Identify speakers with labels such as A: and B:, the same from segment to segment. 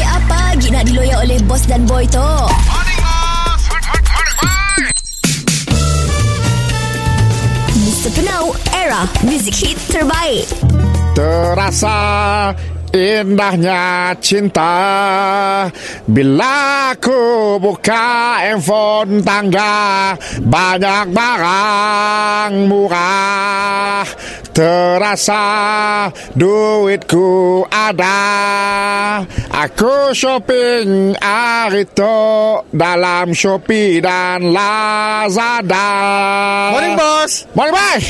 A: lagi nak diloyak oleh bos dan boy tu? Mr. Penau, era music hit terbaik.
B: Terasa indahnya cinta Bila ku buka handphone tangga Banyak barang murah Terasa duitku ada Aku shopping hari tu Dalam Shopee dan Lazada
C: Morning bos
B: Morning bye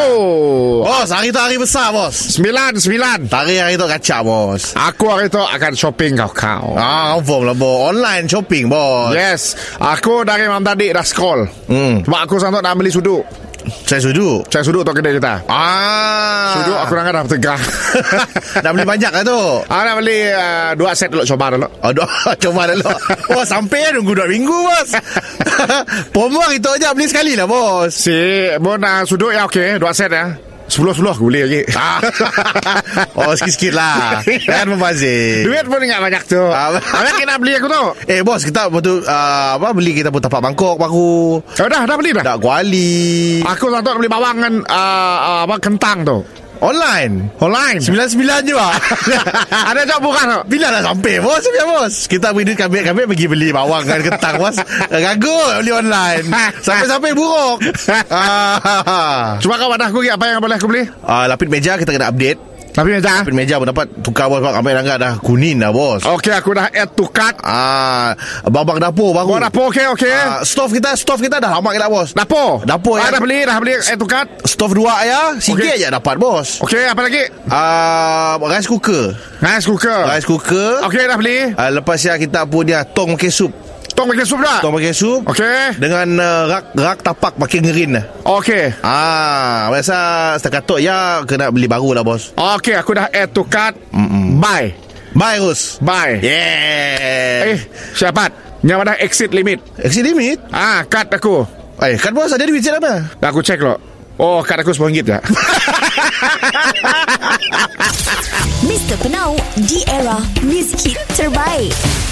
B: Oh
C: Bos hari tu hari besar bos
B: Sembilan, sembilan
C: Tarikh hari tu kacak bos
B: Aku hari tu akan shopping kau-kau
C: Ah confirm lah bos Online shopping bos
B: Yes Aku dari malam tadi dah scroll
C: Hmm.
B: Sebab aku sangat nak beli sudut
C: Saya setuju
B: Cari sudut tu kedai kita
C: Ah
B: Sudut aku dah dah tegah
C: Dah beli banyak lah tu
B: Aku nak beli uh, dua set dulu coba dulu
C: Aduh, coba dah lah Oh, sampai lah nunggu 2 minggu, bos Promo hari tu aja beli sekali lah, bos
B: Si Bon uh, sudut ya okey Dua set ya Sepuluh-sepuluh aku beli lagi
C: ah. Oh, sikit-sikit lah Kan, membazir
B: Duit pun ingat banyak tu
C: Ah.
B: Banyak yang nak beli aku tu
C: Eh, bos, kita betul uh, apa beli kita pun tapak Bangkok baru
B: Oh dah, dah beli dah
C: Tak kuali
B: Aku sangat nak beli bawang dengan uh, uh, apa, kentang tu
C: Online
B: Online
C: Sembilan-sembilan je lah
B: Ada jawab bukan tu
C: Bila dah sampai bos Bila bos Kita beri duit kambing-kambing Pergi beli bawang kan kentang bos Ragut beli online Sampai-sampai buruk ah,
B: Cuba kau wadah aku apa yang boleh aku beli
C: ah, Lapit meja kita kena update
B: Tapi meja
C: Lapit meja pun dapat tukar bos Bang Ambil langgar dah kuning dah bos
B: Okey aku dah add to cart
C: ah, Babang dapur baru
B: Buat dapur okey okey
C: ah, Stove kita Stove kita dah lama kita bos
B: Dapur
C: Dapur,
B: ah,
C: ya.
B: Dah beli dah beli air tukat
C: Stove dua ya Sikit
B: Okey.
C: je dapat bos
B: Okey apa lagi
C: ah, Rice cooker
B: Rice cooker
C: Rice cooker
B: Okey dah beli
C: ah, Lepas ya kita punya Tong makan sup
B: Tong makan sup dah
C: Tong makan sup
B: Okey
C: Dengan uh, rak rak tapak makin ngerin lah.
B: Okey
C: Ah, biasa setakat tu ya kena beli baru lah bos.
B: Okey aku dah air tukat
C: Mm-mm.
B: Buy
C: Bye Rus.
B: Buy
C: Yeah.
B: Eh syapat Yang ada exit limit
C: exit limit.
B: Ah kad aku
C: Eh, kan bos ada duit je apa?
B: Dah aku cek lo Oh kad aku RM10 ya
A: Mr. Penau, di era music hit terbaik.